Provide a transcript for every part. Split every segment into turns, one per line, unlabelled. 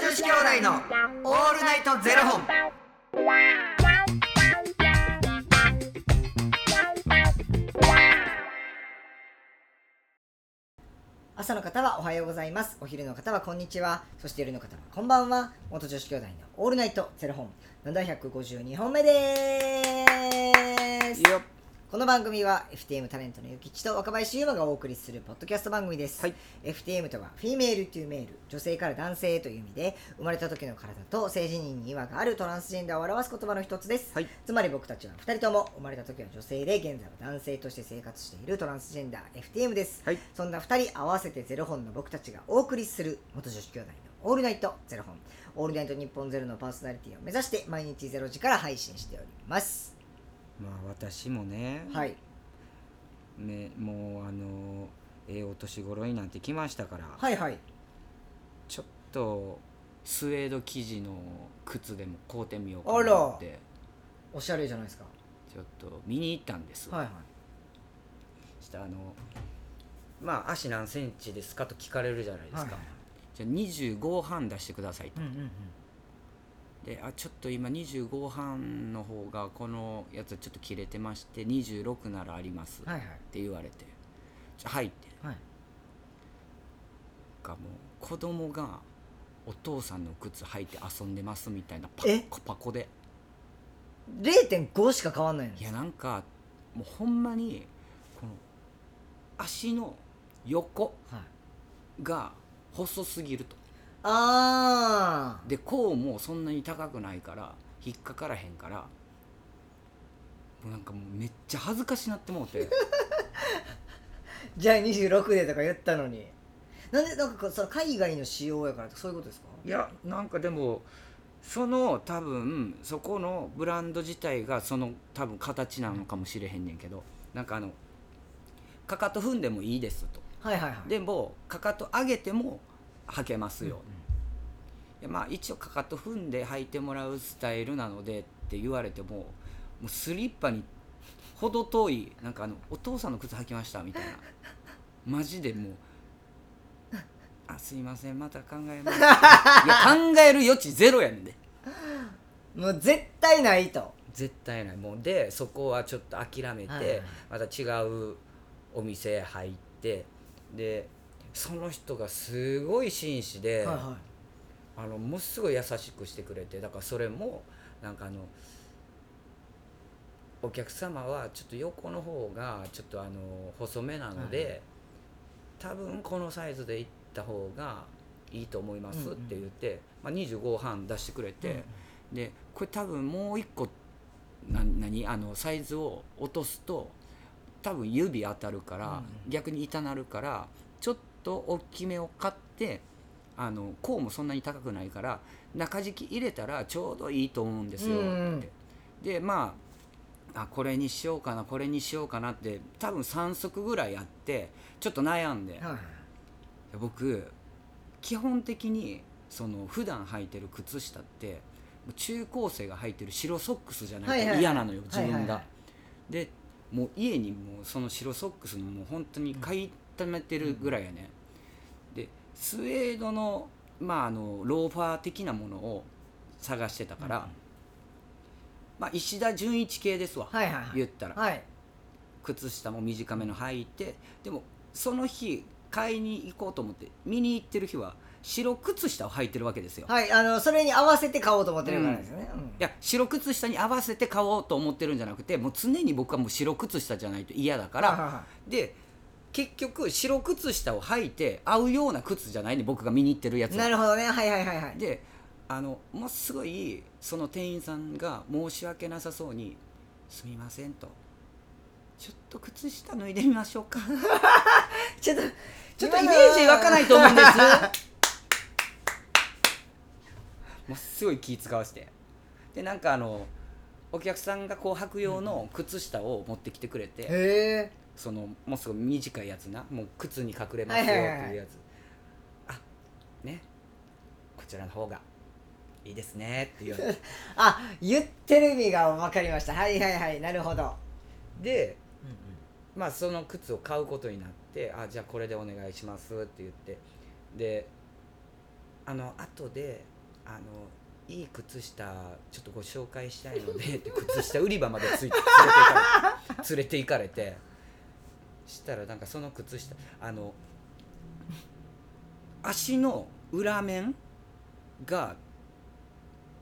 子兄弟のオールナイトゼロ本。
朝の方はおはようございますお昼の方はこんにちはそして夜の方はこんばんは元女子兄弟のオールナイトゼロ本752本目です
よっ
この番組は FTM タレントのゆきちと若林優馬がお送りするポッドキャスト番組です、
はい
FTM とはフィメールというメール女性から男性という意味で生まれた時の体と性自認に違和があるトランスジェンダーを表す言葉の一つです、
はい
つまり僕たちは2人とも生まれた時は女性で現在は男性として生活しているトランスジェンダー FTM です、
はい
そんな2人合わせてゼロ本の僕たちがお送りする元女子兄弟のオールナイトゼロ本オールナイト日本ゼロのパーソナリティを目指して毎日ゼロ時から配信しております
まあ私もね,、
はい
ねもうあのええお年頃になってきましたから、
はいはい
ちょっとスウェード生地の靴でも買うてみようかなと思って
おしゃれじゃないですか
ちょっと見に行ったんです、
はいはい
したあのまあ足何センチですかと聞かれるじゃないですか、
はいはい
じゃあ25半出してくださいと
うんうんうん
であちょっと今25半の方がこのやつちょっと切れてまして26ならあります
はい
っ
はい
て言われて「じゃあはい」って
はい
かもう子供がお父さんの靴履いて遊んでますみたいなパッコパコで
0.5しか変わんないの
いやなんかもうほんまにこの足の横
はい、
が細すぎると
あ
で甲もそんなに高くないから引っかからへんからもうなんかもうめっちゃ恥ずかしなってもうて
ーじゃあ26でとか言ったのになんでなんかこうその海外の仕様やからとかそういうことですか
いやなんかでもその多分そこのブランド自体がその多分形なのかもしれへんねんけどなんかあのかかと踏んでもいいですと
はいはいはい
でもかかと上げても履けますよ、
うん
いやまあ一応かかと踏んで履いてもらうスタイルなのでって言われてももうスリッパに程遠いなんかあのお父さんの靴履きましたみた いなマジでもう「あすいませんまた考えます」いや考える余地ゼロやねんで
もう絶対ないと
絶対ないもうでそこはちょっと諦めて、
はいはいはい
また違うお店入ってでその人がすごい紳士で、
はいは
あのもうすごい優しくしてくれてだからそれもなんかあのお客様はちょっと横の方がちょっとあの細めなので、多分このサイズでいった方がいいと思いますって言って、まあ、25半出してくれて、でこれ多分もう一個な何あのサイズを落とすと多分指当たるから、逆に痛なるからちょっと大きめを買ってあの甲もそんなに高くないから中敷き入れたらちょうどいいと思うんですよって言って、
うんうん
でまああこれにしようかなこれにしようかなって多分3足ぐらいあってちょっと悩んで、
いはいはい
僕基本的にその普段履いてる靴下って中高生が履いてる白ソックスじゃない
はいは
と
い
嫌なのよ、自分が、
はいはいは
でもう家にもうその白ソックスのもう本当に買い溜めてるぐらいやね、でスウェードの,、まああのローファー的なものを探してたから、まあ、石田純一系ですわ、
はいはいはい
言ったら、
はい
靴下も短めの履いてでもその日買いに行こうと思って見に行ってる日は白靴下を履いてるわけですよ、
はいあのそれに合わせて買おうと思ってるからですよね、うん
いや白靴下に合わせて買おうと思ってるんじゃなくてもう常に僕はもう白靴下じゃないと嫌だか
はいはい
ら
は
で結局白靴下を履いて合うような靴じゃないね僕が見に行ってるやつ
い
は
なるほどねはいはいはいはい
であのもうすごいその店員さんが申し訳なさそうに「すみません」と「ちょっと靴下脱いでみましょうか」
ちょっと
ちょっとイメージ湧かないと思うんです もうすごい気使わしてでなんかあのお客さんがこう履く用の靴下を持ってきてくれて、
へ
そのもうすごい短いやつなもう靴に隠れますよってい
はいは
うやつ、
いはいはい
あねこちらの方がいいですねっていう
えあ言ってる意味が分かりましたはいはいはいなるほど、
でまあその靴を買うことになってあじゃあこれでお願いしますって言ってであの後であのいい靴下ちょっとご紹介したいのでって靴下売り場までついて連れて行かれて連れて行かれてしたらなんかその靴下あの足の裏面が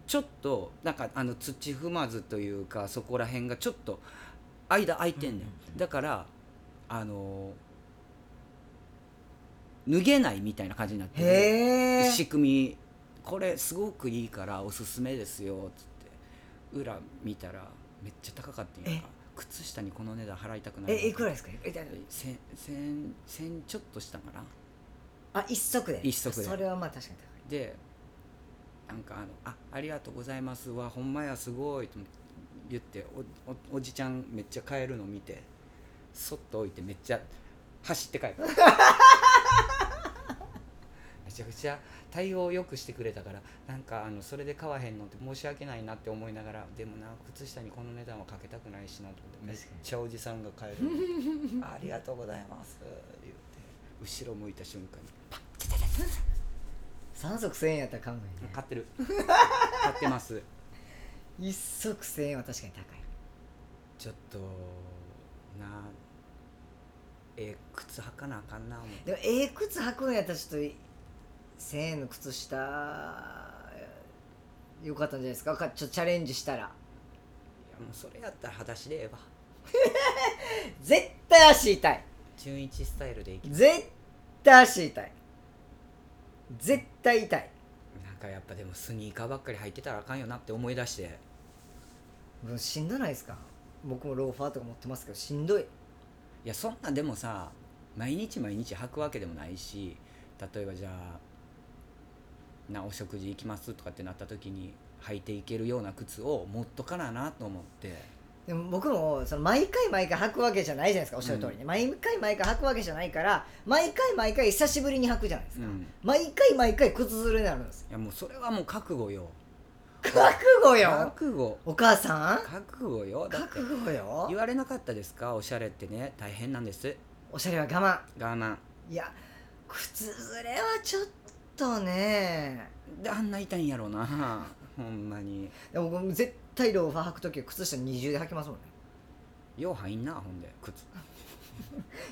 ちょっとなんかあの土踏まずというかそこら辺がちょっと間空いてん
うんう
ねん、
んうん
だからあの脱げないみたいな感じになってる
へえ
仕組みこれすごくいいからおすすめですよっつって裏見たらめっちゃ高かったんやんか靴下にこの値段払いたくない
えいくらですかえじゃあ
せんせんせんちょっとしたんかな
あ一足で
一足で
それはまあ確かに
でなんかあの「あありがとうございますわほんまやすごい」と言っておおおじちゃんめっちゃ帰るの見てそっと置いてめっちゃ走って帰った めちゃくちゃ対応をよくしてくれたからなんかあのそれで買わへんのって申し訳ないなって思いながらでもな靴下にこの値段はかけたくないしなと思ってめっ
確かに
ちゃおじさんが帰 るのありがとうございます」言って後ろ向いた瞬間に
高い3足1000円やったら買うのにね
買って る買ってます
一足1000円は確かに高い
ちょっとなええ靴履かなあかんな思って
でもええ靴履くんやったらちょっと1000円の靴下よかったんじゃないですかかちょっとチャレンジしたら
いやもうそれやったら裸足でええわ
絶対足痛い
純一スタイルでいき
絶対足痛い絶対痛い
なんかやっぱでもスニーカーばっかり履いてたらあかんよなって思い出して
もうしんどないですか僕もローファーとか持ってますけどしんどい
いやそんなでもさ毎日毎日履くわけでもないし例えばじゃあなお食事行きますとかってなった時に履いていけるような靴を持っとかなあなと思って
でも僕もその毎回毎回履くわけじゃないじゃないですかおっしゃる通りね、毎回毎回履くわけじゃないから毎回毎回久しぶりに履くじゃないです
う
か、
ん
毎回毎回靴ずれになるんですよ
いやもうそれはもう覚悟よ
覚悟よ
覚悟
お母さん
覚悟よだって
覚悟
言
よ
われなかったですかおしゃれってね大変なんです
おしゃれは我慢
我慢
いや靴ずれはちょっとね
であんな痛いんやろうな ほんまに
でも僕絶対ローファー履く時は靴下二重で履きますもんね
よう入んなほんで靴
い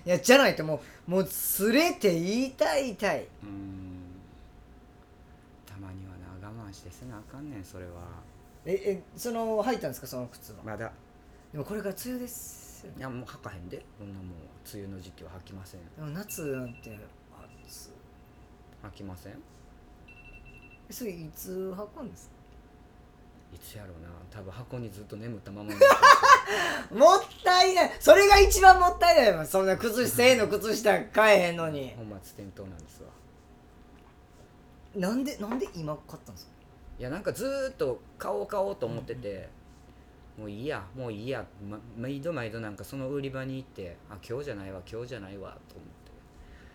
やじゃないともうもうずれて痛い痛いう
ーんたまにはな我慢してせなあかんねんそれは
ええその履いたんですかその靴は
まだ
でもこれから梅雨ですよ
いやもう履かへんでこんなもん梅雨の時期は履きません
でも夏なんてあつ
履きませんい
えそれいつ履くんです
つやろうな多分箱にずっと眠ったままに
かもったいないそれが一番もったいないわそんな靴下1 0の靴下買えへんの に
本末転倒なんですわ
なんでなんで今買ったんですか
いやなんかずーっと買おう買おうと思ってて、もういいやもういいや、ま、毎度毎度なんかその売り場に行ってあ今日じゃないわ今日じゃないわと思っ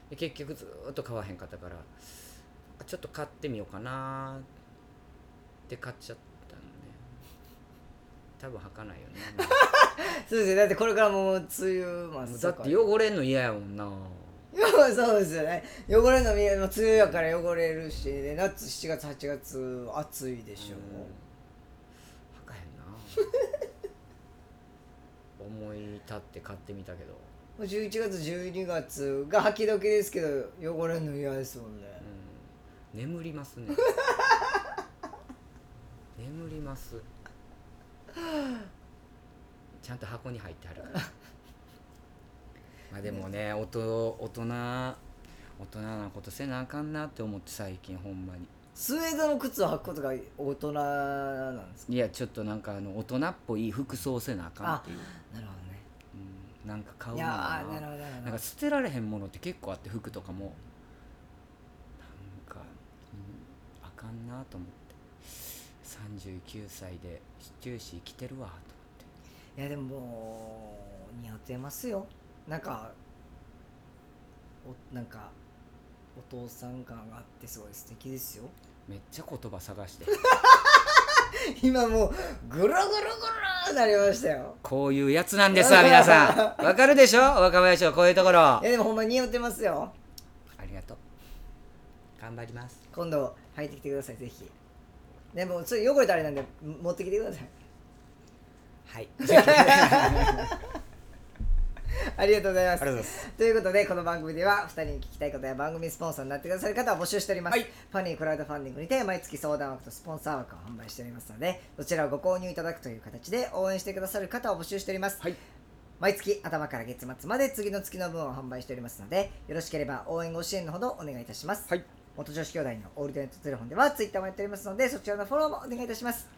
てで結局ずーっと買わへんかったからあちょっと買ってみようかなーって買っちゃったのね多分履かな いよね
そうですよだってこれからもう梅雨ま
も
す
うだって汚れんの嫌やもんな
そうですよね汚れの見えもう梅雨やから汚れるし、ね、夏7月8月暑いでしょ、
うん履かへんな 思い立って買ってみたけど
もう11月12月が履き時ですけど汚れるの嫌ですもんね、
うん眠りますね 眠りますちゃんと箱に入ってある からまあでもねおと大人大人なことせなあかんなって思って最近ほんまに
スウェードの靴を履くことが大人なんですか
いやちょっとなんかあの大人っぽい服装せなあかんっていう、
なるほどね
うん、なんか買う
い
の
や
が
ーなるほどなる
なん
ほ
か
ど
捨てられへんものって結構あって服とかもなんか、うん、あかんなと思って39歳でシチューシー着てるわと思って
いやでももう似合ってますよなんかおなんかお父さん感があってすごい素敵ですよ
めっちゃ言葉探して
今もうぐるぐるぐるーなりましたよ
こういうやつなんですわ皆さんわかるでしょ若林はこういうところあ
いやでもほんま似合ってますよ
りがとう頑張ります
今度履いてきてくださいぜひでもそれ汚れたあれなんで持ってきてください
はい
ありがとうございます
ありがとうございます
ということでこの番組では2人に聞きたいことや番組スポンサーになってくださる方を募集しております、
はい
ファニークラウドファンディングにて毎月相談枠とスポンサー枠を販売しておりますのでどちらをご購入いただくという形で応援してくださる方を募集しております、
はい
毎月頭から月末まで次の月の分を販売しておりますのでよろしければ応援ご支援のほどお願いいたします、
はい
元女子兄弟のオールデイトゼロフォンではツイッターもやっておりますのでそちらのフォローもお願いいたします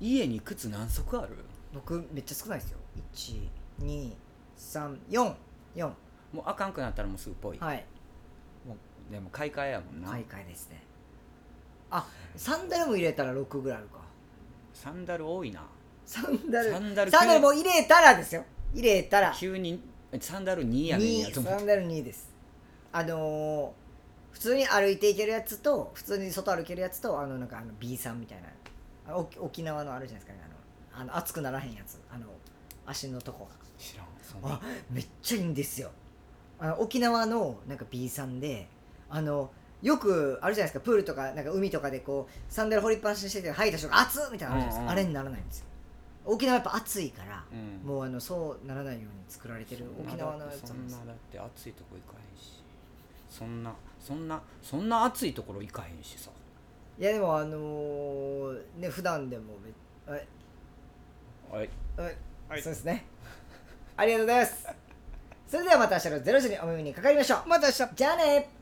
家に靴何足ある
僕めっちゃ少ないですよ12344
もうあかんくなったらもうすぐぽい、
はい
もうでも買い替えやもんな、
買い替えですねあサンダルも入れたら6ぐらいあるか
サンダル多いな
サンダル
サンダル
サンダルも入れたらですよ入れたら
急にサンダル2やねんや
2
と思っ
サ
て
ンダル2ですあのー普通に歩いていけるやつと普通に外歩けるやつとあのなんかあの B さんみたいなあの沖沖縄のあるじゃないですかねあのあの熱くならへんやつあの足のとこが
知らんそん
あ
な
めっちゃいいんですよあの沖縄のなんか B さんであのよくあるじゃないですかプールとかなんか海とかでこうサンダル掘りっぱなしにしてて吐いた人が熱っみたいなのあるじゃないですか、
うんうん
あれにならないんですよ沖縄やっぱ暑いから、
うん
もうあのそうならないように作られてる
そんな
沖縄の
だ
や
って
つな
そ
ん
ん
です
な
よ
だって暑いとこ行かへんしそんなそんなそんな暑いところ行かへんしさ
いやでもあのーね普段でもめはい
はい
はい、
はい
そうですねありがとうございますそれではまた明日の0時にお耳にかかりましょうまた明日じゃあね